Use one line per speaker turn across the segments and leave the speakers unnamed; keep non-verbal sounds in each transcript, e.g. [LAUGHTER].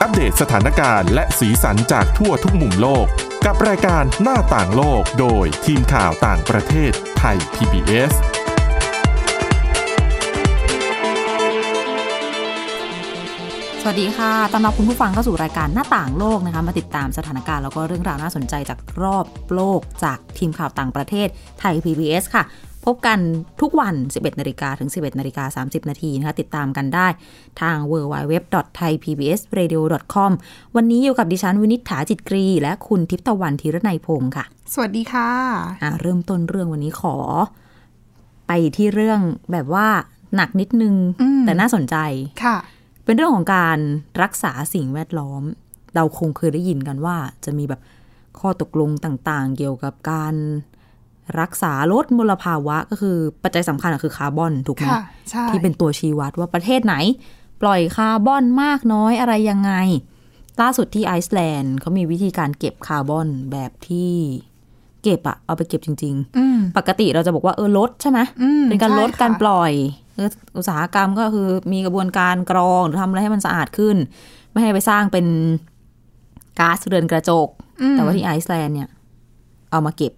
อัปเดตสถานการณ์และสีสันจากทั่วทุกมุมโลก กับรายการหน้าต่างโลกโดยทีมข่าวต่างประเทศไทย PBS
สวัสดีค่ะต้อนรับคุณผู้ฟังเข้าสู่รายการหน้าต่างโลกนะคะ มาติดตามสถานการณ์แล้วก็เรื่องราวน่าสนใจจากรอบโลกจากทีมข่าวต่างประเทศไทย PBS ค่ะ พบกันทุกวัน 11 นาฬิกาถึง 11 นาฬิกา 30 นาทีนะคะ ติดตามกันได้ทาง www.thaipbsradio.com วันนี้อยู่กับดิฉันวินิษฐาจิตกรี และคุณทิพย์ตะวันธีรนัยพงค์ค่ะ
สวัสดีค่ะ
อ่ะเริ่มต้นเรื่องวันนี้ขอ ไปที่เรื่องแบบว่าหนักนิดนึง
อืม
แต่น่าสนใจ
ค่ะ
เป็นเรื่องของการรักษาสิ่งแวดล้อม เราคงเคยได้ยินกันว่า จะมีแบบข้อตกลงต่างๆ เกี่ยวกับการรักษาลดมลภาวะก็คือปัจจัยสำคัญอะคือคาร์บอนถูกไหม
ค่ะ ใช่
ที่เป็นตัวชี้วัดว่าประเทศไหน ปล่อยคาร์บอนมากน้อยอะไรยังไง ล่าสุดที่ไอซ์แลนด์เขามีวิธีการเก็บคาร์บอนแบบที่เก็บอะเอาไปเก็บจริง
อืม
ๆ ปกติเราจะบอกว่าเออลดใช่ไหม
อืม
เป็นการลด
ใช่ค่ะ
การปล่อยเอออุตสาหกรรมก็คือมีกระบวนการกรองหรือทำอะไรให้มันสะอาดขึ้น ไม่ให้ไปสร้างเป็นก๊าซเรือนกระจก
อืม
แต่ว่าที่ไอซ์แลนด์เนี่ย เอามาเก็บ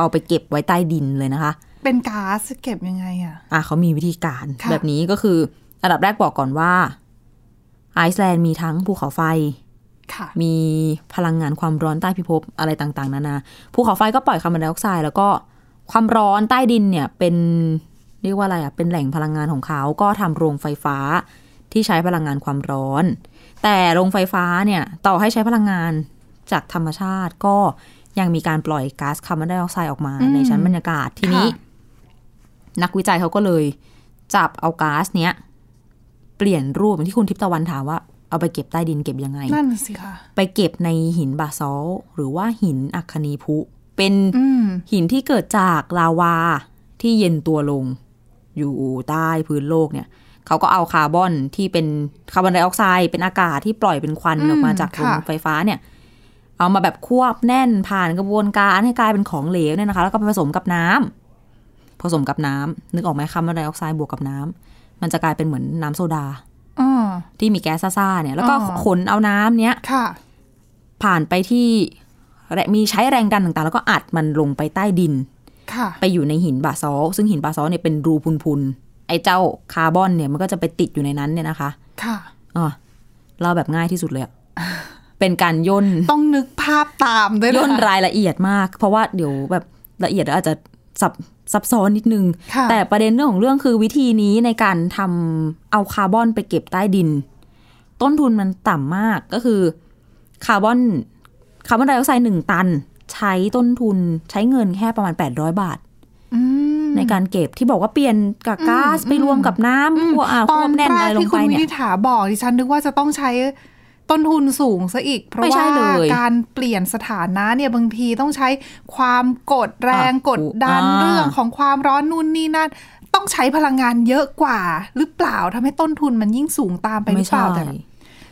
เอาไปเก็บไว้ใต้ดินเลยนะคะ
เป็นก๊าซเก็บยังไงอ่ะ
อ่ะเขามีวิธีการ
ค่ะ
แบบนี้ก็คือ อันดับแรกบอกก่อนว่า ไอซ์แลนด์มีทั้งภูเขาไฟ
ค่ะ
มีพลังงานความร้อนใต้พิภพอะไรต่างๆ นานา ภูเขาไฟก็ปล่อยคาร์บอนไดออกไซด์แล้วก็ความร้อนใต้ดินเนี่ยเป็นเรียกว่าอะไรอ่ะ เป็นแหล่งพลังงานของเขาก็ทำโรงไฟฟ้าที่ใช้พลังงานความร้อน แต่โรงไฟฟ้าเนี่ยต่อให้ใช้พลังงานจากธรรมชาติก็ยังมีการปล่อยก๊าซคาร์บอนไดออกไซด์ออกมา
อืม
ในชั้นบรรยากาศทีนี้
ค่ะ
นักวิจัยเขาก็เลยจับเอาก๊าซเนี้ยเปลี่ยนรูปอย่างที่คุณทิพย์ตะวันถามว่าเอาไปเก็บใต้ดินเก็บยังไง
นั่นน่ะสิค่ะ
ไปเก็บในหินบาซอลต์หรือว่าหินอัคนีพุ เป็น
อืม
หินที่เกิดจากลาวาที่เย็นตัวลง อยู่ใต้พื้นโลกเนี่ยเขาก็เอาคาร์บอนที่เป็นคาร์บอนไดออกไซด์เป็นอากาศที่ปล่อยเป็นควันออกมาจากโรงไฟฟ้าเนี่ย เอามาแบบควบแน่นผ่านกระบวนการให้กลายเป็นของเหลวเนี่ยนะคะ แล้วก็ไปผสมกับน้ำผสมกับน้ำนึกออกไหมคาร์บอนไดออกไซด์บวกกับน้ำมันจะกลายเป็นเหมือนน้ำโซดา
อ๋อ
ที่มีแก๊สซ่าๆเนี่ยแล้วก็
อ๋อ
ขนเอาน้ำเนี้ย
ค่ะ
ผ่านไปที่แรมีใช้แรงดันต่างๆ แล้วก็อัดมันลงไปใต้ดิน
ค่ะ
ไปอยู่ในหินบาซอลต์ซึ่งหินบาซอลต์เนี่ยเป็นรูพุนๆ ไอ้เจ้าคาร์บอนเนี่ยมันก็จะไปติดอยู่ในนั้นเนี่ยนะคะ
ค่ะ
อ๋อเล่าแบบง่ายที่สุดเลยอะ เป็นการย่น
[LAUGHS] ต้องนึกภาพตามด้วยะ
ย่นรายละเอียดมาก เพราะว่าเดี๋ยวแบบละเอียดแล้วอาจจะซับซับซ้อนนิดนึง
ค่ะ
แต่ประเด็นเรื่องของเรื่องคือวิธีนี้ในการทำเอาคาร์บอนไปเก็บใต้ดิน ต้นทุนมันต่ำมากก็คือคาร์บอนคาร์บอนไดออกไซด์หนึ่งตัน ใช้ต้นทุนใช้เงินแค่ประมาณ 800 บาท
อืม
ในการเก็บที่บอกว่าเปลี่ยนกับก๊าซไปรวมกับน้ำขั้วอ่า
ต
ขั้
อ
วน แน่น
แร
อะ
ก
ไรลง
ที่
ไป
คุณวิ
เนี่ย
นิถาบอกดิฉันนึกว่าจะต้องใช้ต้นทุนสูงซะอีก เพราะ
ไม่ใช่
ว่า
เลย
การเปลี่ยนสถานะเนี่ยบางทีต้องใช้ความกดแรง
อ่ะ
กดดัน
อ่า
เรื่องของความร้อนนู่นนี่นั่นต้องใช้พลังงานเยอะกว่า หรือเปล่าทำให้ต้นทุนมันยิ่งสูงตามไปหรื
ไม่
อเป
ใช่
ล่าแต่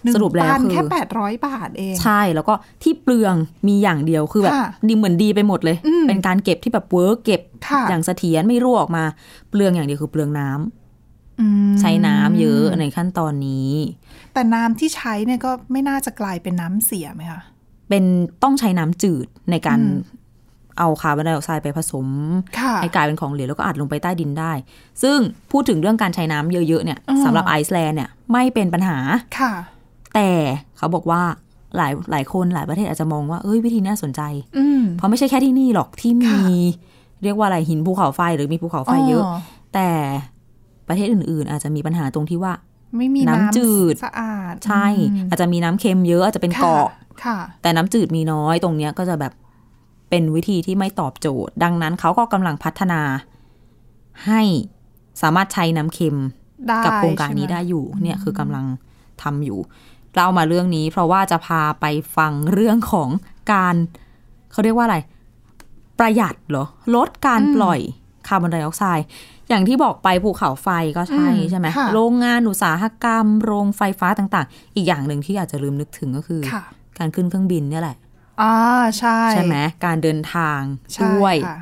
หนึ่ง
สรุปแล้ว
ตัน
คือ
แค่แปดร้อยบาทเอง
ใช่แล้วก็ที่เปลืองมีอย่างเดียวคือแบบ
ค่ะ
ดีเหมือนดีไปหมดเลย
อืม
เป็นการเก็บที่แบบเวิร์กเก็บ
ค่ะ
อย่างเสถียรไม่รั่วออกมา เปลืองอย่างเดียวคือเปลืองน้ำ
อืม
ใช้น้ำเยอะในขั้นตอนนี้
แต่น้ำที่ใช้เนี่ยก็ไม่น่าจะกลายเป็นน้ำเสียไหมคะ
เป็นต้องใช้น้ำจืดในการ
อืม
เอาคาร์บอนไดออกไซด์ไปผสม
ค่ะ
ให้กลายเป็นของเหลวแล้วก็อัดลงไปใต้ดินได้ ซึ่งพูดถึงเรื่องการใช้น้ำเยอะๆเนี่ย
อ่า
สำหรับไอซ์แลนด์เนี่ยไม่เป็นปัญหา
ค่ะ
แต่เขาบอกว่าหลายหลายคนหลายประเทศอาจจะมองว่าเอ้ยวิธีน่าสนใจ
อืม
เพราะไม่ใช่แค่ที่นี่หรอกที่มี
ค่ะ
เรียกว่าอะไรหินภูเขาไฟหรือมีภูเขาไฟเยอะ แต่ประเทศอื่นๆ อาจจะมีปัญหาตรงที่ว่า
ไม่มี
น้ำ
น้ำ
จืด
สะอาด
ใช่
อืม
อาจจะมีน้ำเค็มเยอะอาจจะเป็นเกาะ
ค่ะ
แต่น้ำจืดมีน้อยตรงเนี้ยก็จะแบบเป็นวิธีที่ไม่ตอบโจทย์ ดังนั้นเขาก็กำลังพัฒนาให้สามารถใช้น้ำเค็ม
ได้
กับโครงการนี้ได้
ใช่หม
อยู่ เนี่ยคือกำลังทำอยู่ เล่ามาเรื่องนี้เพราะว่าจะพาไปฟังเรื่องของการเขาเรียกว่าอะไร ประหยัดเหรอ ลดการปล่อยคาร์บอนไดออกไซด์อย่างที่บอกไปภูเขาไฟก็ใช่ใช่ไหมโรงงานอุตสาหกรรม โรงไฟฟ้าต่างๆ อีกอย่างหนึ่งที่อาจจะลืมนึกถึงก็คือ
ค่ะ
การขึ้นเครื่องบินเนี่ยแหละ
อ่าใช่
ใช่ไหมการเดินทาง
ใช่
ด้วย
ค่ะ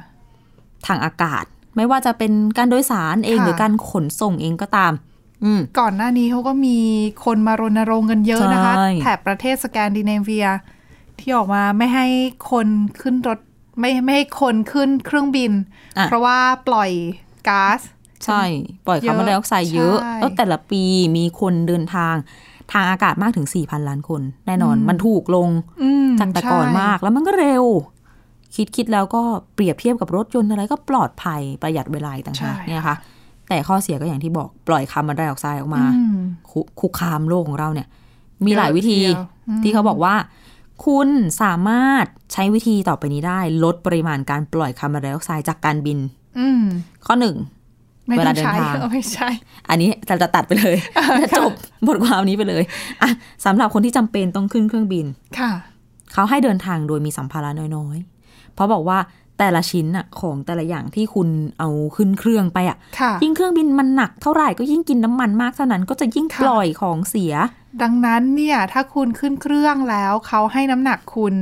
ทางอากาศ ไม่ว่าจะเป็นการโดยสารเอง
ค่ะ
หรือการขนส่งเองก็ตาม อืม
ก่อนหน้านี้เขาก็มีคนมารณรงค์กันเยอะนะคะ
ใช่
แถบประเทศสแกนดิเนเวีย ที่ออกมาไม่ให้คนขึ้นรถ ไม่ไม่ให้คนขึ้นเครื่องบิน
อ่ะ
เพราะว่าปล่อยก๊าซ
ใช่ ปล่อยคาร์บอนไดออกไซด์เยอะ
ใช่
แล้วแต่ละปีมีคนเดินทาง ทางอากาศมากถึง 4,000 ล้านคน แน่นอนมันถูกลง
อืม
จากแต่ก่อน
ใช่
มากแล้วมันก็เร็ว คิดคิดแล้วก็เปรียบเทียบกับรถยนต์อะไรก็ปลอดภัยประหยัดเวลาอีกต่างหากเนี่ยค่ะ แต่ข้อเสียก็อย่างที่บอกปล่อยคาร์บอนไดออกไซด์ออกมา
อืม
คุคุกคามโลกของเราเนี่ย มีหลายวิธี
เยอะทีเดียวอืม
ที่เขาบอกว่า คุณสามารถใช้วิธีต่อไปนี้ได้ ลดปริมาณการปล่อยคาร์บอนไดออกไซด์จากการบิน
อืม
ข้อหนึ่ง
ไม่ต้อง
เวลาเดิน
ใช้
ทาง
เออไม่ใช่
อันนี้เราจะตัดไป
[LAUGHS]
เลย จะจบบทความนี้ไปเลยอ่ะสำหรับคนที่จำเป็นต้องขึ้นเครื่องบิน
ค่ะ
เขาให้เดินทางโดยมีสัมภาระน้อยๆ เพราะบอกว่าแต่ละชิ้นอะของแต่ละอย่างที่คุณเอาขึ้นเครื่องไปอะ
ค่ะ
ยิ่งเครื่องบินมันหนักเท่าไหร่ก็ยิ่งกินน้ำมันมากเท่านั้นก็จะยิ่ง
ค่ะ
ปล่อยของเสีย
ดังนั้นเนี่ย ถ้าคุณขึ้นเครื่องแล้วเขาให้น้ำหนักคุณ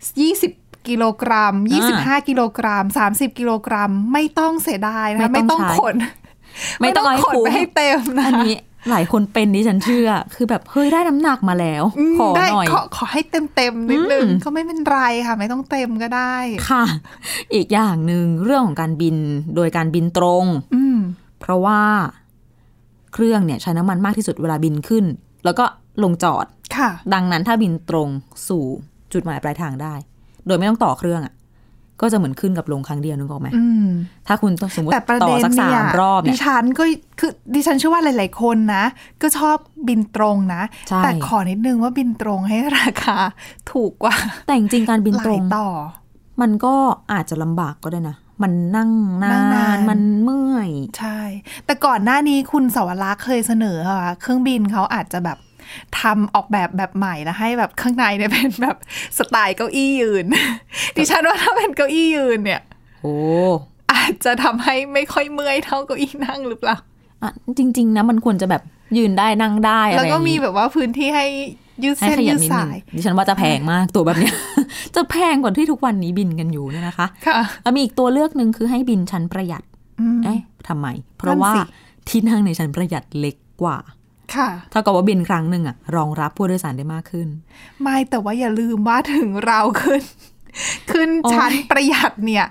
20 กิโลกรัม
อ่า
25 กิโลกรัม 30 กิโลกรัม ไม่ต้องเสียดายนะคะ
ไม่
ไม่
ต้
ต้
อ
อง ง
ใช้
ขน
ไม่ต้องเอาให้
ขน
คุ้ม
ไปให้เต็มนะ
อันนี้หลายคนเป็นดิฉันเชื่อ คือแบบเฮ้ยได้น้ำหนักมาแล้ว
อืม
ขอ
ได้
หน่อย
ขอขอให้เต็มเต็มๆนิดนึง
อืม
ก็ไม่เป็นไรค่ะ ไม่ต้องเต็มก็ได้
ค่ะ อีกอย่างหนึ่งเรื่องของการบินโดยการบินตรง
อืม
เพราะว่าเครื่องเนี่ยใช้น้ำมันมากที่สุดเวลาบินขึ้น แล้วก็ลงจอด
ค่ะ
ดังนั้นถ้าบินตรงสู่จุดหมายปลายทางได้ โดยไม่ต้องต่อเครื่องอ่ะ ก็จะเหมือนขึ้นกับลงครั้งเดียวนึกออกไหม
อืม
ถ้าคุณต้องสมมติ
แต่ประ
ต่อ
เด็น
สักสา
เนี่ย
มรอบ
ดิ
เนี่ย
ฉันก็คือดิฉันเชื่อว่าหลาย ๆ คนนะ ก็ชอบบินตรงนะ
ใช่
แต่ขอนิดนึงว่าบินตรงให้ราคาถูกกว่า
แต่จริงๆการบิน
หลา
ตร
ย
ง
ต่อ
มันก็อาจจะลำบากก็ได้นะ มันนั่งนาน
นั่งนาน
มันเมื่อย
ใช่ แต่ก่อนหน้านี้คุณสวรักษ์เคยเสนอค่ะว่าเครื่องบินเขาอาจจะแบบทำออกแบบแบบใหม่แล้วให้แบบข้างในเนี่ยเป็นแบบสไตล์เก้าอี้ยืน [LAUGHS] ดิฉันว่าถ้าเป็นเก้าอี้ยืนเนี่ย
โอ้
อาจจะทำให้ไม่ค่อยเมื่อยเท่าเก้าอี้นั่งหรือเปล่า
อะจริง ๆ นะ มันควรจะแบบยืนได้นั่งได้อะไร
แล้ว
อ
ก็
ย่าง
มี
นี้
แบบว่าพื้นที่ให้ยืด
ให้
เส้น
ขยั
ยื
บ
ด
นิด
สา
นึง
ย
ดิฉันว่าจะแพงมากตัวแบบเนี้ย [LAUGHS] จะแพงกว่าที่ทุกวันนี้บินกันอยู่เนี่ยนะคะ
ค่ะ
แล้วมีอีกตัวเลือกหนึ่งคือให้บินชั้นประหยัด
อืม
เอ๊ะทำไม เพราะ
นั่น
ว่า
สิ
ที่นั่งในชั้นประหยัดเล็กกว่า
ค่ะ
เท่ากับว่าบินครั้งหนึ่งอะรองรับผู้โดยสารได้มากขึ้น
ไม่แต่ว่าอย่าลืมว่าถึงเราขึ้น [LAUGHS] ขึ้น
โอ้ย
ชั้นประหยัดเนี่ย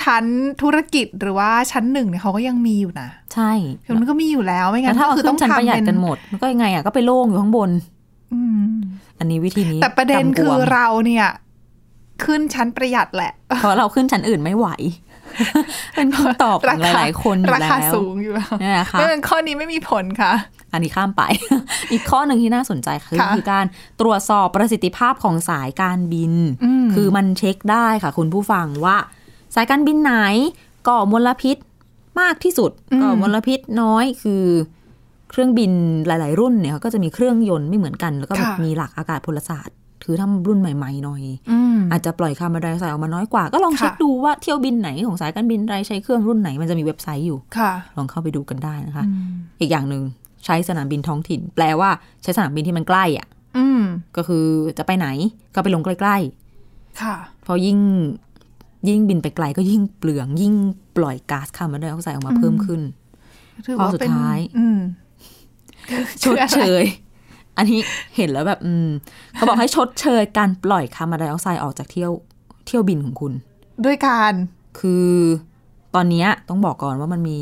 ชั้นธุรกิจหรือว่าชั้นหนึ่งเนี่ยเขาก็ยังมีอยู่นะ
ใช่
คือมันก็มีอยู่แล้วไม่
แล้
งั้
วน ถ้า
ก็
เอา
คือ
ขึ้
ต้อน ง
ชั้นประห
ทำ
ยัด
เป็น
กันหมดมันก็ยังไงอะก็ไปโล่งอยู่ข้างบน
อืม
อันนี้วิธีนี้
แต่ประเด็น
กำก
คื
ว
อ
ม
เราเนี่ย ขึ้นชั้นประหยัดแหละ
เพราะเราขึ้นชั้นอื่นไม่ไหว [LAUGHS] เป็นคำตอบของหลาย ๆ คนอยู่
รา
แล้ว
คาสูงอยู่แล้ว
[LAUGHS] เนี่ยนะคะ
ไม่งั้นข้อนี้ไม่มีผลค่ะ
อันนี้ข้ามไป [LAUGHS] อีกข้อหนึ่งที่น่าสนใจคือ
ค่ะ
คือการตรวจสอบประสิทธิภาพของสายการบิน
อืม
คือมันเช็คได้ค่ะ คุณผู้ฟังว่า สายการบินไหนก่อมลพิษมากที่สุดก่อมลพิษน้อยคือ เครื่องบินหลาย ๆ รุ่นเนี่ยเขาก็จะมีเครื่องยนต์ไม่เหมือนกัน แล้วก็แบบมีหลักอากาศพลศาสตร์คือถ้ารุ่นใหม่ ๆ หน่อย
อืม
อาจจะปล่อยคาร์บอนไดออกไซด์ออกมาน้อยกว่า ก็ลอง
ค่ะ
เช็คดูว่าเที่ยวบินไหนของสายการบินใดใช้เครื่องรุ่นไหนมันจะมีเว็บไซต์อยู่
ค่ะ
ลองเข้าไปดูกันได้นะคะ
อืม
อีกอย่างหนึ่งใช้สนามบินท้องถิ่น แปลว่าใช้สนามบินที่มันใกล้อ่ะ
อืม
ก็คือจะไปไหนก็ไปลงใกล้
ค่ะ
ๆเพราะยิ่งยิ่งบินไปไกลก็ยิ่งเปลือง ยิ่งปล่อยก๊าซคาร์บอนไดออกไซด์ออกมาเพิ่มขึ้น
ถือ
ข้อ
ว่า
สุด
เป็น
ท้าย
อืม
ชดเช
[LAUGHS]
ย อันนี้เห็นแล้วแบบ อืมเขาบอกให้ชดเชยการปล่อยคาร์บอนไดออกไซด์ออกจากเที่ยวเที่ยวบินของคุณ
ด้วยการ
คือตอนเนี้ยต้องบอกก่อนว่ามันมี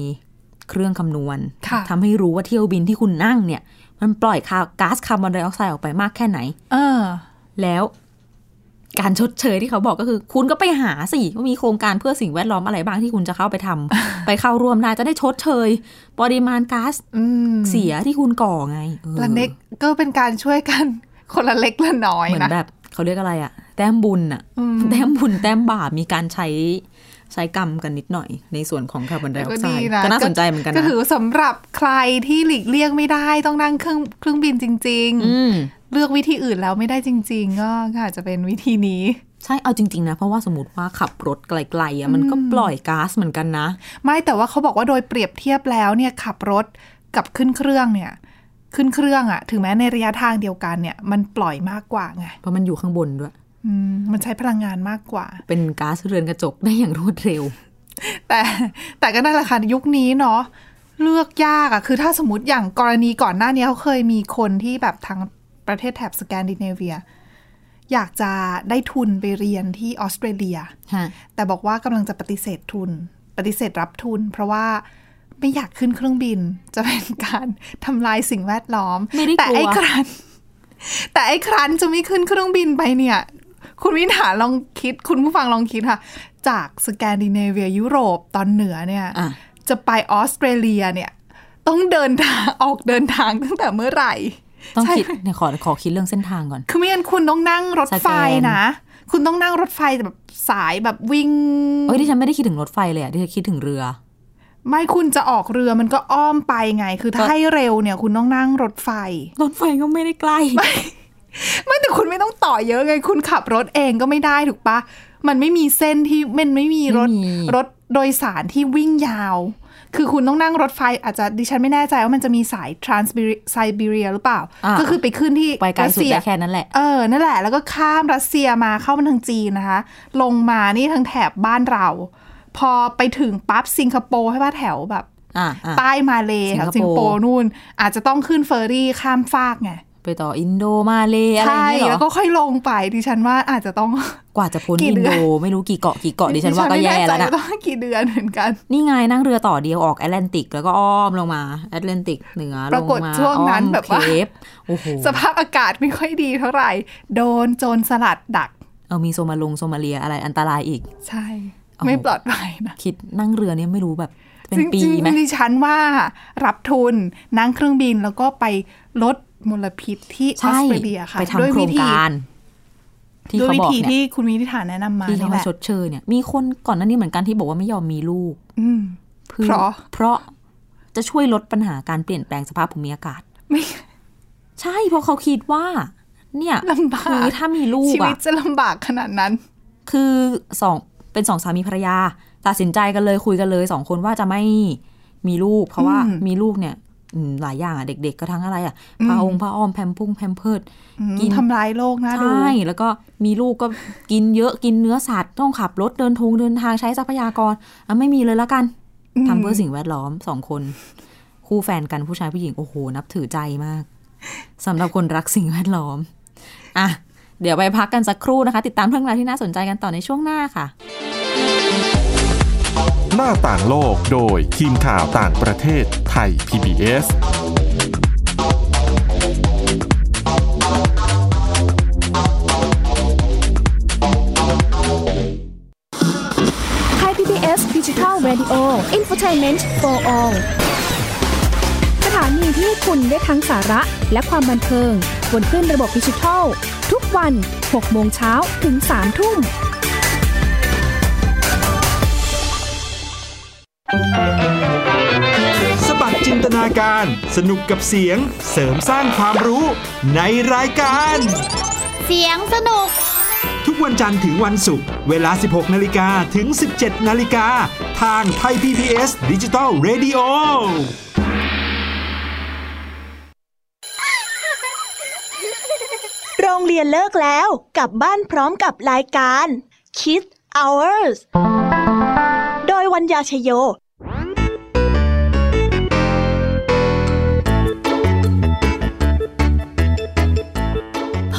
เครื่องคำนวณ
ค่ะ
ทำให้รู้ว่าเที่ยวบินที่คุณนั่งเนี่ย มันปล่อยคาก๊าซคาร์บอนไดออกไซด์ออกไปมากแค่ไหน
เออ
แล้วการชดเชยที่เขาบอกก็คือ คุณก็ไปหาสิว่ามีโครงการเพื่อสิ่งแวดล้อมอะไรบ้างที่คุณจะเข้าไปทำ
[LAUGHS]
ไปเข้าร่วมได้จะได้ชดเชย ปริมาณก๊าซ
อืม
เสียที่คุณก่อไงออ
ละเล็กก็เป็นการช่วยกันคนละเล็กละน้อย
เหมือ
นะ
นแบบเขาเรียกอะไรอะแต้มบุญอะแต้มบุญแต้มบาปมีการใช้ใช้กรรมกันนิดหน่อย ในส่วนของคาร์บอนไดออกไซด์
ก็ดีนะ
ก็น่า
ก็
สนใจเหมือนกัน
ก็
นะ
ถือว่าสำหรับใครที่หลีกเลี่ยงไม่ได้ต้องนั่งเครื่องเครื่องบินจริง
อืม
ๆ เลือกวิธีอื่นแล้วไม่ได้จริง ๆ ก็ก็อาจจะเป็นวิธีนี้
ใช่เอาจริง ๆ นะ เพราะว่าสมมติว่าขับรถไกลๆอะมันก็ปล่อยก๊าซเหมือนกันนะ
ไม่แต่ว่าเขาบอกว่าโดยเปรียบเทียบแล้วเนี่ยขับรถกับขึ้นเครื่องเนี่ย ขึ้นเครื่องอะถึงแม้ในระยะทางเดียวกันเนี่ย มันปล่อยมากกว่าไง
เพราะมันอยู่ข้างบนด้วย
อืมมันใช้พลังงานมากกว่า
เป็นก๊าซเรือนกระจกได้อย่างรวดเร็ว
[LAUGHS] แต่แต่ก็นั่นแหละค่ะยุคนี้เนาะ เลือกยากอะคือถ้าสมมติอย่างกรณีก่อนหน้านี้เขาเคยมีคนที่แบบทางประเทศแถบสแกนดิเนเวีย อยากจะได้ทุนไปเรียนที่ออสเตรเลีย
ฮะ
แต่บอกว่ากำลังจะปฏิเสธทุน ปฏิเสธรับทุน เพราะว่าไม่อยากขึ้นเครื่องบิน จะเป็นการทำลายสิ่งแวดล้อม
ไม่ได้กลัว
แต่ไอ้ครัน แต่ไอ้ครันจะไม่ขึ้นเครื่องบินไปเนี่ย คุณวินหาลองคิด คุณผู้ฟังลองคิดค่ะ จากสแกนดิเนเวียยุโรปตอนเหนือเนี่ย
อ่ะ
จะไปออสเตรเลียเนี่ย ต้องเดินทาง ออกเดินทาง ตั้งแต่เมื่อไหร่
ต้อง
ใช่
คิดเนี่ยขอขอคิดเรื่องเส้นทางก่อน
คือไม่งั้นคุณต้องนั่งรถไฟ
สแกน
นะ คุณต้องนั่งรถไฟแบบสายแบบวิ่ง
เอ้ยที่ฉันไม่ได้คิดถึงรถไฟเลยอะที่ฉันคิดถึงเรือ
ไม่คุณจะออกเรือมันก็อ้อมไปไง คือถ้า
ก็
ให้เร็วเนี่ย คุณต้องนั่งรถไฟ
รถไฟก็ไม่ได้ใกล้
ไม่แต่คุณไม่ต้องต่อเยอะไง คุณขับรถเองก็ไม่ได้ถูกปะ มันไม่มีเส้นที่มันไม่มีรถ
ไม่มี
รถโดยสารที่วิ่งยาว คือคุณต้องนั่งรถไฟอาจจะดิฉันไม่แน่ใจว่ามันจะมีสายทรานส์ไซบีเรียหรือเปล่า
อ่า
ก็คือไปขึ้นที่
ไปไกล
รัส
สุด
เซีย
ได้แค่นั้นแหละ
เออ นั่นแหละ แล้วก็ข้ามรัสเซียมาเข้ามาทางจีนนะคะ ลงมานี่ทางแถบบ้านเรา พอไปถึงปั๊บสิงคโปร์ให้ว่าแถวแบบ
อ่ะอ่ะ
ใต้มาเลย
สิงค
ค่ะ
โปร์
สิงคโปร์นู่น อาจจะต้องขึ้นเฟอร์รี่ข้ามฟากไง
ไปต่ออินโดมาเลยอะไรอย่างเงี้ยเห
ใช่
ร
แล้
อ
วก็ค่อยลงไปดิฉันว่าอาจจะต้อง
กว่าจะพ้น
กี่
อิน
เดือน
โดไม่รู้กี่เกาะกี่เกาะดิฉันว่าก็
ไม่
แย่
น่ใจ
แล้วนะ
ต้องกี่เดือนเหมือนกัน
นี่ไงนั่งเรือต่อเดียวออกแอตแลนติก แล้วก็อ้อมลงมาแอตแลนติกเหนือล
ปราง กฏ
มา
ช่วงนั้นแบบว่า
อ้อมเคปโอ้โห
สภาพอากาศไม่ค่อยดีเท่าไหร่ โดนโจรสลัดดัก
เอามีโซมาลงโซมาเลียอะไรอันตรายอีก
ใช่
โอ้โห
ไม่ปลอดภัยนะ
คิดนั่งเรือเนี่ยไม่รู้แบบเป็น
จ
ปี
ริงจริง
ไหม
ดิฉันว่ารับทุนนั่งเครื่องบินแล้วก็ไปลดมลพิษที่ออ
ใช่
สเตรเลียค่ะ
ไป
ด้ว
ทำ
ย
โคร
วิ
ง
ธี
การ ที่
ด้วย
เขา
วิ
บอก
ธี
เนี่ย
ที่คุณวินิษฐาแนะนำมา
ที่
นี่
เขา
แห
มา
ละ
ชดเชยเนี่ย มีคนก่อนหน้านี้เหมือนกันที่บอกว่าไม่ยอมมีลูก
อืม
พื่อ
เพราะ
เพราะจะช่วยลดปัญหาการเปลี่ยนแปลงสภาพภูมิอากาศ
ไม่
ใช่เพราะเขาคิดว่า เนี่ย
ลำบา
คือก ถ้ามีลูก
ชีวิ
อ่ะ
ตจะลำบากขนาดนั้น
คือสองเป็นสองสามีภรรยา ตัดสินใจกันเลยคุยกันเลยสองคนว่าจะไม่มีลูก เพราะว่า
อืม
มีลูกเนี่ยอืมหลายอย่างอ่ะเด็ก ๆ ก็ทั้งอะไรอ่ะ
อืม
ผ้าองค์ผ้าอ้อมแพมพุ่งแพมเพิร์ด
อืม
กิน
ทำร้ายโลกน่าดู
ใช่แล้วก็มีลูกก็ กินเยอะกินเนื้อสัตว์ต้องขับรถเดินทงเดินทางใช้ทรัพยากรอ่ะไม่มีเลยละกัน
อืม
ทำเพื่อสิ่งแวดล้อมสองคน คู่แฟนกันผู้ชายผู้หญิงโอ้โห นับถือใจมากสำหรับคนรักสิ่งแวดล้อมอ่ะเดี๋ยวไปพักกันสักครู่นะคะ ติดตามเรื่องราวที่น่าสนใจกันต่อในช่วงหน้าค่ะ
หน้าต่างโลกโดยทีมข่าวต่างประเทศไทย PBS
ไทย PBS Digital Radio Infotainment for All สถานีที่ให้คุณได้ทั้งสาระและความบันเทิง บนขึ้นระบบดิจิทัล ทุกวัน 6 โมงเช้าถึง 3 ทุ่ม
สบัดจินตนาการ สนุกกับเสียง เสริมสร้างความรู้ในรายการ
เสียงสนุก
ทุกวันจันทร์ถึงวันศุกร์เวลา 16 นาฬิกาถึง 17 นาฬิกา ทางไทย PPS ดิจิตอล Radio
โรงเรียนเลิกแล้ว กลับบ้านพร้อมกับรายการ Kids Hours โดยวัญญาชยโย
พ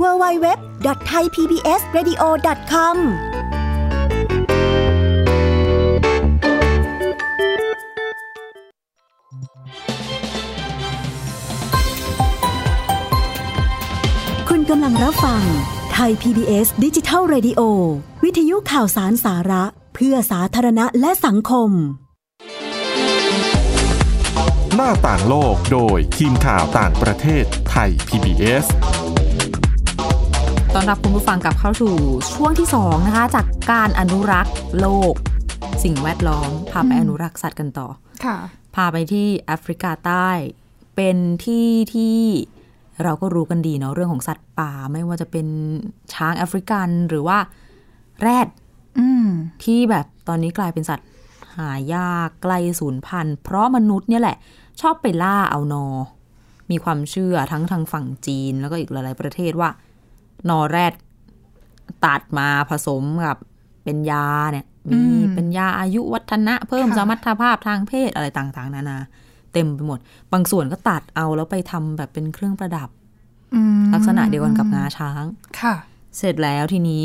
www.thaipbsradio.com คุณกำลังรับฟังไทย PBS ดิจิทัล Radio วิทยุข่าวสารสาระ เพื่อสาธารณะและสังคม
หน้าต่างโลกโดยทีมข่าวต่างประเทศไทย PBS
ต้อนรับคุณผู้ฟังกลับเข้าสู่ช่วงที่ 2 นะคะ จากการอนุรักษ์โลก สิ่งแวดล้อมพาไปอนุรักษ์สัตว์กันต่อ
ค่ะ
พ าไปที่แอฟริกาใต้ เป็นที่ที่เราก็รู้กันดีเนาะเรื่องของสัตว์ป่าไม่ว่าจะเป็นช้างแอฟริกันหรือว่าแรด
อืม
ที่แบบตอนนี้กลายเป็นสัตว์หายากใกล้สูญพันธุ์ เพราะมนุษย์เนี่ยแหละ ชอบไปล่าเอานอ มีความเชื่อทั้งทางฝั่งจีนแล้วก็อีกหลาย ๆ ประเทศว่า นอแรดตัดมาผสมกับเป็นยาเนี่ยมี
อืม
เป็นยาอายุวัฒนะ เพิ่ม
ค่ะ
สมรรถภาพทางเพศอะไรต่าง ๆ นานา เต็มไปหมด บางส่วนก็ตัดเอาแล้วไปทำแบบเป็นเครื่องประดับ
อืม
ลักษณะเดียวกันกับงาช้าง
ค่ะ
เสร็จแล้วทีนี้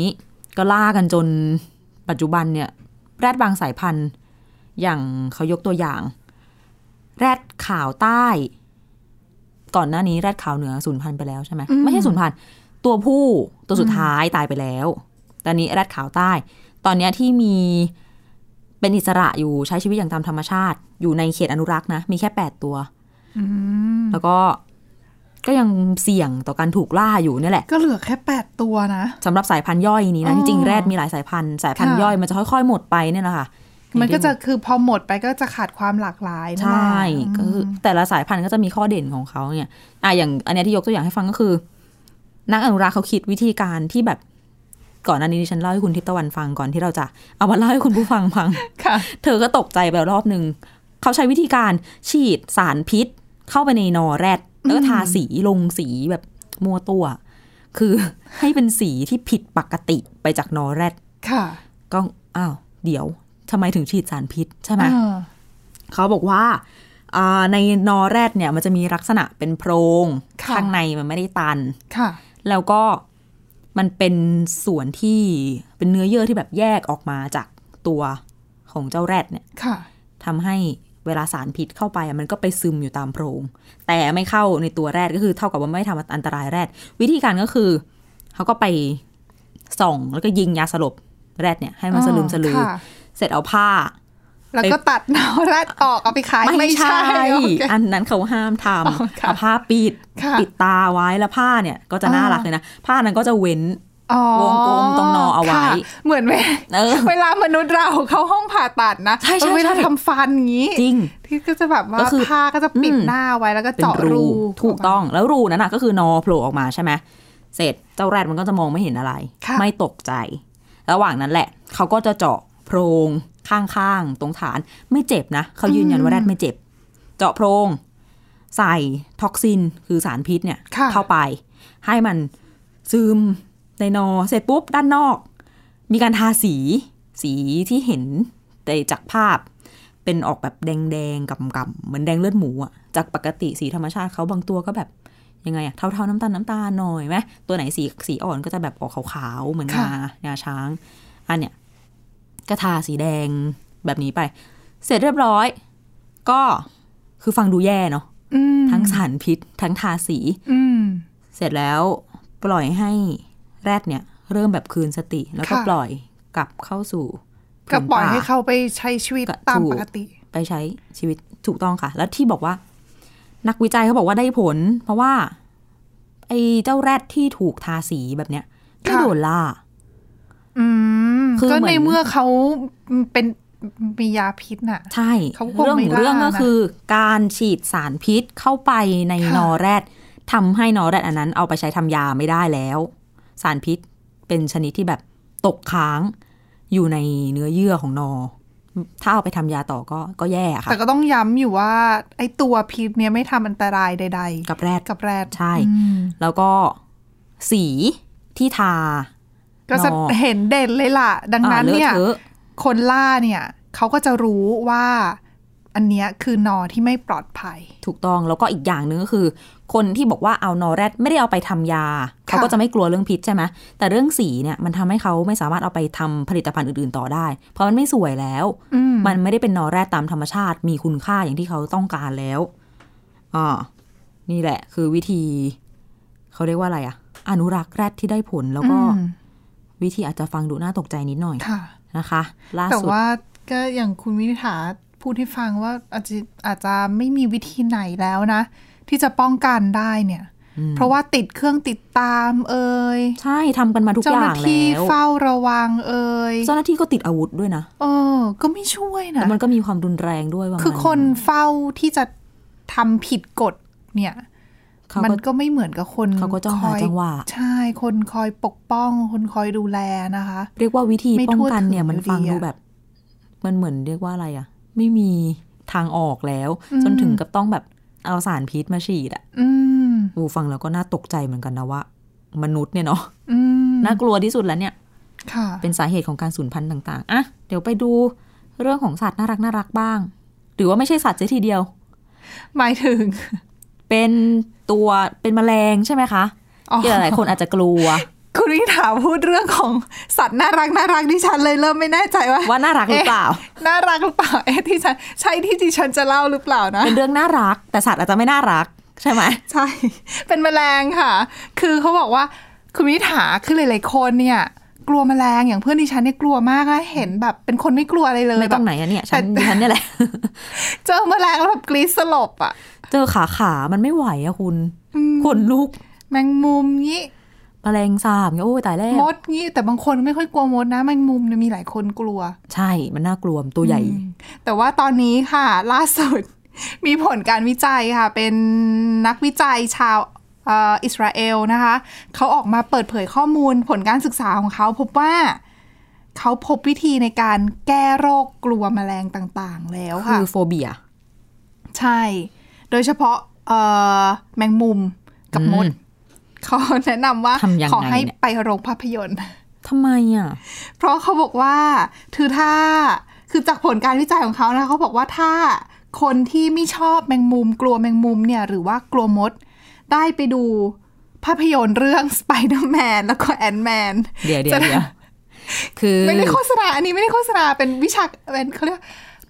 ก็ล่ากันจนปัจจุบันเนี่ย แรดบางสายพันธุ์ อย่างเขายกตัวอย่าง แรดขาวใต้ ก่อนหน้านี้แรดขาวเหนือสูญพันธุ์ไปแล้วใช่ไหม
อืม
ไม่ใช่สูญพันธุ์ตัวผู้ตัวสุดท้ายตายไปแล้วแต่นี้แรดขาวใต้ ตอนเนี้ยที่มีเป็นอิสระอยู่ใช้ชีวิตอย่างตามธรรมชาติ อยู่ในเขตอนุรักษ์นะ มีแค่แปดตัว
อืม
แล้วก็ก็ยังเสี่ยงต่อการถูกล่าอยู่เนี่ยแหละ
ก็เหลือแค่แปดตัวนะ
สำหรับสายพันธุ์ย่อยนี้นะ
อ๋อ
จริงๆแรดมีหลายสายพันธุ์สายพันธุ์
ค่ะ
ย่อยมันจะค่อยๆหมดไปเนี่ยแหละค่ะ
มันก็จะคือพอหมดไปก็จะขาดความหลากหลายนั่น
ใช
แหละ
่ก็คืออแต่ละสายพันธุ์ก็จะมีข้อเด่นของเขาเนี่ยอ่ะอย่างอันเนี้ยที่ยกตัวอย่างให้ฟังก็คือ นักอนุรักษ์เขาคิดวิธีการที่แบบก่อนหน้านี้ดิฉันเล่าให้คุณทิพย์ตะวันฟังก่อนที่เราจะเอามาเล่าให้คุณผู้ฟังฟัง [LAUGHS]
ค่ะ
เธอก็ตกใจไปรอบหนึ่ง เขาใช้วิธีการฉีดสารพิษ เข้าไปในนอแรดแล้วก็ทาสีลงสีแบบมัวตัว คือให้เป็นสีที่ผิดปกติไปจากนอแรด
ค่ะ
ก็อ้าว เดี๋ยวทำไมถึงฉีดสารพิษใช่ไหม
อ่า
เขาบอกว่าอ่าในนอแรดเนี่ยมันจะมีลักษณะเป็นโพรง
ะ
ข้างในมันไม่ได้ตัน
ค่ะ
แล้วก็มันเป็นส่วนที่เป็นเนื้อเยื่อที่แบบแยกออกมาจากตัวของเจ้าแรดเนี่ย
ค่ะ
ทำให้เวลาสารพิษเข้าไปอะมันก็ไปซึมอยู่ตามโพรง แต่ไม่เข้าในตัวแรดก็คือเท่ากับว่าไม่ทำอันตรายแรด วิธีการก็คือ เขาก็ไปส่องแล้วก็ยิงยาสลบแรดเนี่ยให้มันสลืมสลือ
ค่ะ
เสร็จเอาผ้า
แล้วก็ตัดเนาแรดออกเอาไปขาย
ไม่ใช่
โอเค
อันนั้นเขาห้ามทำ
อ๋อค่ะ
เอาผ้าปิด
ค่ะ
ปิดตาไว้แล้วผ้าเนี่ยก็จะน่า
อ่า
รักเลยนะ ผ้านั้นก็จะเว้น
อ๋อ
วงกลมตรงนอเอาไว้
ค่ะเหมือนเวลา
เออ
เวลามนุษย์เราเข้าห้องผ่าตัดนะ
ใช่ใช่
เวลา
ใช่
ทำฟันอย่างนี้
จริง
ที่ก็จะแบบว่า
ก็คือ
ผ้าก็จะปิด
อืม
หน้าไว้แล้วก็
เป็น
เจาะ
รู
รู
ถูกต้องแล้วรูนั้นน่ะก็คือนอโผล่ออกมาใช่ไหมเสร็จเจ้าแรดมันก็จะมองไม่เห็นอะไร
ค่ะ
ไม่ตกใจ ระหว่างนั้นแหละ เขาก็จะเจาะโพรงข้างๆ ตรงฐานไม่เจ็บนะ เขายืนยันว่าแรดไม่เจ็บ เจาะโพรง ใส่ท็อกซินคือสารพิษเนี่ย
ค่ะ
เข้าไป ให้มันซึมในนอเสร็จปุ๊บ ด้านนอก มีการทาสี สีที่เห็นแต่จากภาพ เป็นออกแบบแดงๆกำๆเหมือนแดงเลือดหมูอะจากปกติสีธรรมชาติเขาบางตัวก็แบบ ยังไงอะเทาๆน้ำตาลน้ำตาลหน่อยไหมตัวไหนสีสีอ่อนก็จะแบบออกขาวๆเหมือนงางาช้าง อันเนี้ยก็ทาสีแดงแบบนี้ไป เสร็จเรียบร้อย ก็คือฟังดูแย่เนาะ
อืม
ทั้งสารพิษ ทั้งทาสี
อืม
เสร็จแล้วปล่อยให้แรดเนี่ย เริ่มแบบคืนสติ แล้วก็
ค่ะ
ปล่อยกลับเข้าสู่ผืน
ก็ปล่อย
า
ให้เขาไปใช้ชีวิต
ก็
ตาม
ถูก
ปกติ
ไปใช้ชีวิตถูกต้องค่ะ แล้วที่บอกว่า นักวิจัยเขาบอกว่าได้ผล เพราะว่า ไอ้เจ้าแรดที่ถูกทาสีแบบเนี้ยไม่
ค่ะ
โดนล่า
อืม
คือ
ก็
เหมือน
ในเมื่อเขาเป็นมียาพิษน่ะ
ใช่
เขาคง
เรื่อง
ไม่
ของเรื่อง
ล่า
ก็
นะ
คือ การฉีดสารพิษเข้าไปใน
ค่ะ
นอแรดทำให้นอแรดอันนั้นเอาไปใช้ทำยาไม่ได้แล้ว สารพิษเป็นชนิดที่แบบตกค้างอยู่ในเนื้อเยื่อของนอ ถ้าเอาไปทำยาต่อก็ก็แย่ค่ะ
แต่ก็ต้องย้ำอยู่ว่า ไอ้ตัวพิษเนี่ยไม่ทำอันตรายใด
กับแรด
ๆ กับแรด
ใช่
อืม
แล้วก็สีที่ทา
ก็จะ
นอ
เห็นเด่นเลยล่ะ ดัง
อ่า
นั้น
เลอะ
เนี่ย
เทอะ
คนล่าเนี่ย เขาก็จะรู้ว่าอันเนี้ยคือนอที่ไม่ปลอดภัย
ถูกต้องแล้วก็อีกอย่างหนึ่งก็คือ คนที่บอกว่าเอานอแรดไม่ได้เอาไปทำยา เขาก็จะไม่กลัวเรื่องพิษใช่ไหมแต่เรื่องสีเนี่ยมันทำให้เขาไม่สามารถเอาไปทำผลิตภัณฑ์อื่นๆต่อได้ เพราะมันไม่สวยแล้ว
อืม
มันไม่ได้เป็นนอแรดตามธรรมชาติ มีคุณค่าอย่างที่เขาต้องการแล้วอ่านี่แหละ คือวิธี เขาเรียกว่าอะไรอะอนุรักษ์แรดที่ได้ผลแล้วก็
อืม
วิธีอาจจะฟังดูน่าตกใจนิดหน่อย
ค่ะ
นะคะ ล่า
แต่
สุด
ว่าก็อย่างคุณวินิษฐาพูดให้ฟังว่าอาจจะอาจจะไม่มีวิธีไหนแล้วนะ ที่จะป้องกันได้เนี่ย เพราะว่าติดเครื่องติดตามเอ่ย
ใช่ทำกันมาทุก
เจ้า
อ
ห
ย่า
น้าง ที่
แล้ว
เฝ้าระวังเอ่ย
เจ้าหน้าที่ก็ติดอาวุธด้วยนะ
เออ ก็ไม่ช่วยนะ
แต่มันก็มีความรุนแรงด้วยว่า
คือคนเฝ้าที่จะทำผิดกฎเนี่ย
เขา
มัน
ก็
ก็ไม่เหมือนกับคน
เขาก็จ้องหา
คอย
จังหวะ
ใช่คนคอยปกป้อง คนคอยดูแลนะคะ
เรียกว่าวิธี
ไม่
ป้อ
ทั่
ง
ว
กันเนี่ย
ถึง
มันฟัง
อยู่ดี
ดู
อะ
แบบ มันเหมือนเรียกว่าอะไรอะไม่มีทางออกแล้ว
อืม
จนถึงกับต้องแบบเอาสารพิษมาฉีดอะ
อืม
โอ้ฟังแล้วก็น่าตกใจเหมือนกันนะว่า มนุษย์เนี่ยเนาะ
อืม
น่ากลัวที่สุดแล้วเนี่ย
ค่ะ
เป็นสาเหตุของการสูญพันธุ์ต่างๆ อ่ะ เดี๋ยวไปดูเรื่องของสัตว์น่ารักน่ารักบ้าง หรือว่าไม่ใช่สัตว์เสียทีเดียว
หมายถึง
เป็นตัวเป็นแมลงใช่ไหมคะ
อ๋อ
ที่หลายๆคนอาจจะกลัว
[LAUGHS] คุณวิถาพูดเรื่องของสัตว์น่ารักน่ารักดิฉันเลยเริ่มไม่แน่ใจว่า
ว่าน่ารักหรือเปล่า
ะน่ารักหรือเปล่าเอ๊ะที่ฉันใช่ที่ดิฉันจะเล่าหรือเปล่านะ
เป็นเรื่องน่ารัก แต่สัตว์อาจจะไม่น่ารักใช่ไหม
ใช่ เป็นแมลงค่ะ คือเขาบอกว่าคุณวิถาคือหลายๆคนเนี่ย กลัวแมลงอย่างเพื่อนดิฉันเนี่ยกลัวมากนะเห็นแบบเป็นคนไม่กลัวอะไรเลย
ไม่ต้องไหนอะเนี่ยฉัน
แต่
ฉันเนี่ยแหละ [LAUGHS]
เจอแมลงแล้วแบบกรีดสลบอ่ะ
เจอขาขามันไม่ไหวอะคุณ
อืม
ขนลุก
แมงมุมงี้
แมลงสาบเงี้ยโอ้ยตายแล้ว
มดงี้แต่บางคนไม่ค่อยกลัวมดนะแมงมุมเนี่ยมีหลายคนกลัว
ใช่มันน่ากลัวมันตัวใหญ่
แต่ว่าตอนนี้ค่ะ [LAUGHS] ล่าสุด มีผลการวิจัยค่ะ เป็นนักวิจัยชาวเอ่ออิสราเอลนะคะเขาออกมาเปิดเผยข้อมูลผลการศึกษาของเขาพบว่า เขาพบวิธีในการแก้โรคกลัวแมลงต่างๆ แล้วค่ะ
คือโฟเบีย
ใช่ โดยเฉพาะเอ่อแมงมุมกับมดเขาแนะนำว่า
ทำยังไง
ขอให้
เนี่ย
ไปโรงภาพยนตร์
ทำไมอะ
เพราะเขาบอกว่าคือถ้าคือจากผลการวิจัยของเขานะเขาบอกว่าถ้าคนที่ไม่ชอบแมงมุม กลัวแมงมุมเนี่ย หรือว่ากลัวมด ได้ไปดูภาพยนตร์เรื่อง [LAUGHS] Spider-Man แล้วก็ Ant-Man
เดี๋ยวเดี๋ย
จะ
วเดี๋ยวคือ
ไม่ได้โฆษณาอันนี้ไม่ได้โฆษณาเป็นวิชาเป็นเขาเรียก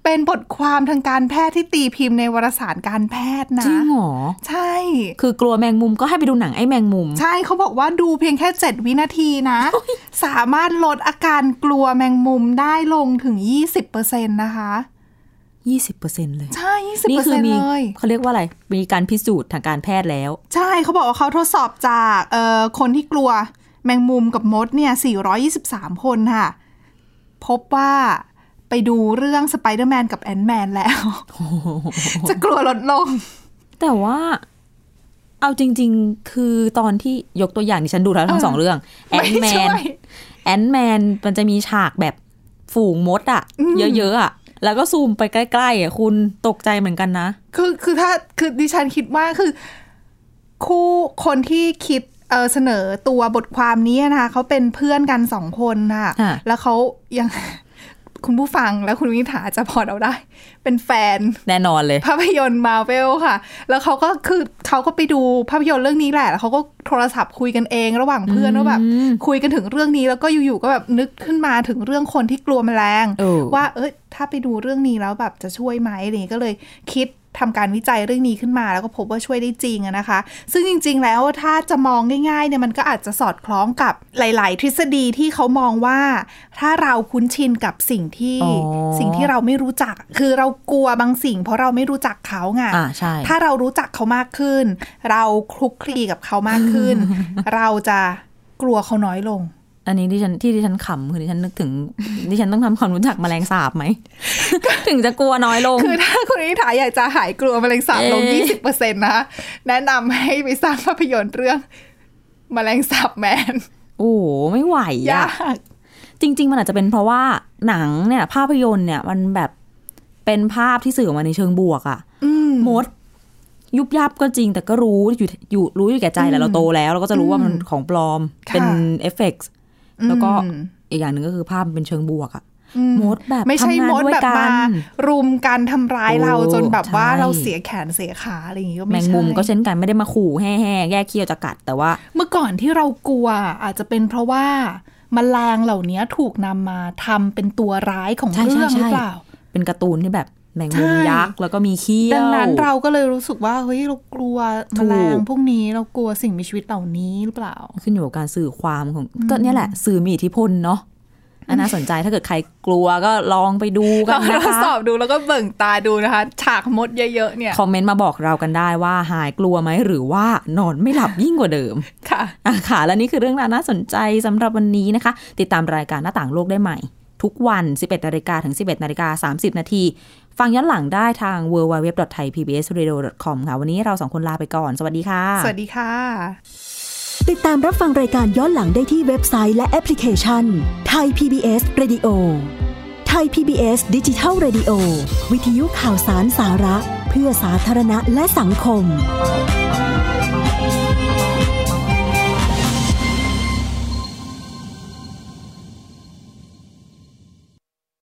เป็นบทความทางการแพทย์ที่ตีพิมพ์ในวารสารการแพทย์นะ
จริงเหรอ
ใช่
คือกลัวแมงมุมก็ให้ไปดูหนังไอ้แมงมุม
ใช่เขาบอกว่าดูเพียงแค่ 7 วินาทีนะ สามารถลดอาการกลัวแมงมุมได้ลงถึง 20%นะคะ
ยี่สิบเปอร์เซ็นเลย
ใช่ 20%
นี่คืมี
เลย
เขาเรียกว่าอะไร มีการพิสูจน์ทางการแพทย์แล้ว
ใช่เขาบอกว่าเขาทดสอบจากเอ่อคนที่กลัวแมงมุมกับมดเนี่ย 423 คนค่ะ พบว่าไปดูเรื่องสไปเดอร์แมนกับแอนด์แมนแล้ว จะกลัวลดลง
แต่ว่าเอาจริง ๆ คือตอนที่ยกตัวอย่างดิฉันดูแล้วทั้งสองเรื่องแอน
ไม่
แม
ช่
น
วย
แอนแมนมันจะมีฉากแบบฝูงมดอะเยอะๆอะแล้วก็ซูมไปใกล้ๆอะคุณตกใจเหมือนกันนะ
คือคือถ้าคือดิฉันคิดว่าคือ คู่คนที่คิดเออเสนอตัวบทความนี้นะคะเขาเป็นเพื่อนกันสองคนค่ะ
ค่ะ
แล้วเขายัง [LAUGHS] คุณผู้ฟังและคุณวิถาจะพอเราได้ เป็นแฟน
แน่นอนเลย
ภาพยนตร์มาเวลค่ะ แล้วเขาก็คือเขาก็ไปดูภาพยนตร์เรื่องนี้แหละ แล้วเขาก็โทรศัพท์คุยกันเองระหว่างเพื่อนว่าแบบคุยกันถึงเรื่องนี้ แล้วก็อยู่ๆก็แบบนึกขึ้นมาถึงเรื่องคนที่กลัวแมลง
เออ
ว่าเอ้ยถ้าไปดูเรื่องนี้แล้วแบบจะช่วยไหมอะไรอย่างเงี้ยก็เลยคิดทำการวิจัยเรื่องนี้ขึ้นมา แล้วก็พบว่าช่วยได้จริงอะนะคะ ซึ่งจริง ๆ แล้วถ้าจะมองง่ายๆเนี่ยมันก็อาจจะสอดคล้องกับหลาย ๆ ทฤษฎีที่เขามองว่า ถ้าเราคุ้นชินกับสิ่งที่
อ๋อ
สิ่งที่เราไม่รู้จัก คือเรากลัวบางสิ่ง เพราะเราไม่รู้จักเขาไง
อ่าใช่
ถ้าเรารู้จักเขามากขึ้น เราคลุกคลีกับเขามากขึ้
[LAUGHS]
น เราจะกลัวเขาน้อยลง
อันนี้ที่ฉันที่ดิฉันขำคือดิฉันนึก
[LAUGHS]
ถึง ดิฉันต้องทำความรู้จักแมลงสาบไหม [LAUGHS] ถึงจะกลัวน้อยลง
คือถ้าคุณนิถาอยากจะหายกลัวมะเร็งสาบลง
เอ๊
20%นะคะแนะนำให้ไปสร้างภาพยนตร์เรื่องมะเร็งสาบแมน
โอ้โหไม่ไหวย
า
อะ
ก
จริง ๆ มันอาจจะเป็นเพราะว่าหนังเนี่ย ภาพยนตร์เนี่ยมันแบบเป็นภาพที่สื่อออกมาในเชิงบวกอะมด ยุบยับก็จริง แต่ก็รู้อยู่อยู่รู้อยู่แก่ใจแหละเราโตแล้ว เราก็จะรู้ว่ามันของปลอม
ค่ะ
เป็นเอฟเฟกต์แล้วก็
อืม
อีกอย่างหนึ่งก็คือภาพมันเป็นเชิงบวกอะ
อื
มดแบบ
ไม่ใช่
ทำงาน
มด
ด้วย
แบบ
กั
มาน รุมกันทำร้ายเรา
โอ้
จนแบบว่า
ใช่
เราเสียแขนเสียขาอะไรอย่างงี้ก็
แม
ไม่
ง
ใช่
มุมก็เช่นกันไม่ได้มาขู่แห่ๆแย่เคี้ยวจะกัด แต่ว่า
เมื่อก่อนที่เรากลัวอาจจะเป็นเพราะว่าแมลงเหล่านี้ถูกนำมาทำเป็นตัวร้ายของ
ใช่ใช่
เรื่องหรือ
ใช่
เปล่า
เป็นการ์ตูนที่แบบแมงมุม
ใช่
ยักษ์แล้วก็มีเขี้ยว
ดังนั้นเราก็เลยรู้สึกว่าเฮ้ยเรากลัวแมลง
ถูก
พวกนี้เรากลัวสิ่งมีชีวิตเหล่านี้หรือเปล่า
ขึ้นอยู่กับการสื่อความของก็เนี่ยแหละ สื่อมีอิทธิพลเนาะ อันน่าสนใจถ้าเกิดใครกลัวก็ลองไปดูกั
เรา
นนะ
ทด
คะ
สอบดูแล้วก็เบิ่งตาดูนะคะ ฉากมดเยอะๆเนี่ย
คอมเมนต์มาบอกเรากันได้ว่าหายกลัวไหมหรือว่านอนไม่หลับยิ่งกว่าเดิม [LAUGHS]
ค่ะ
อ่ะค่ะ และนี่คือเรื่องราวน่าสนใจสำหรับวันนี้นะคะ ติดตามรายการหน้าต่างโลกได้ใหม่ ทุกวัน 11นาฬิกาถึง 11นาฬิกา30 นาที ฟังย้อนหลังได้ทาง www.thaipbsradio.com ค่ะ วันนี้เราสองคนลาไปก่อน สวัสดีค่ะ
สวัสดีค่ะ
ติดตามรับฟังรายการย้อนหลังได้ที่เว็บไซต์และแอปพลิเคชันไทย PBS Radio ไทย PBS ดิจิทัล Radio วิทยุข่าวสารสาระ เพื่อสาธารณะและสังคม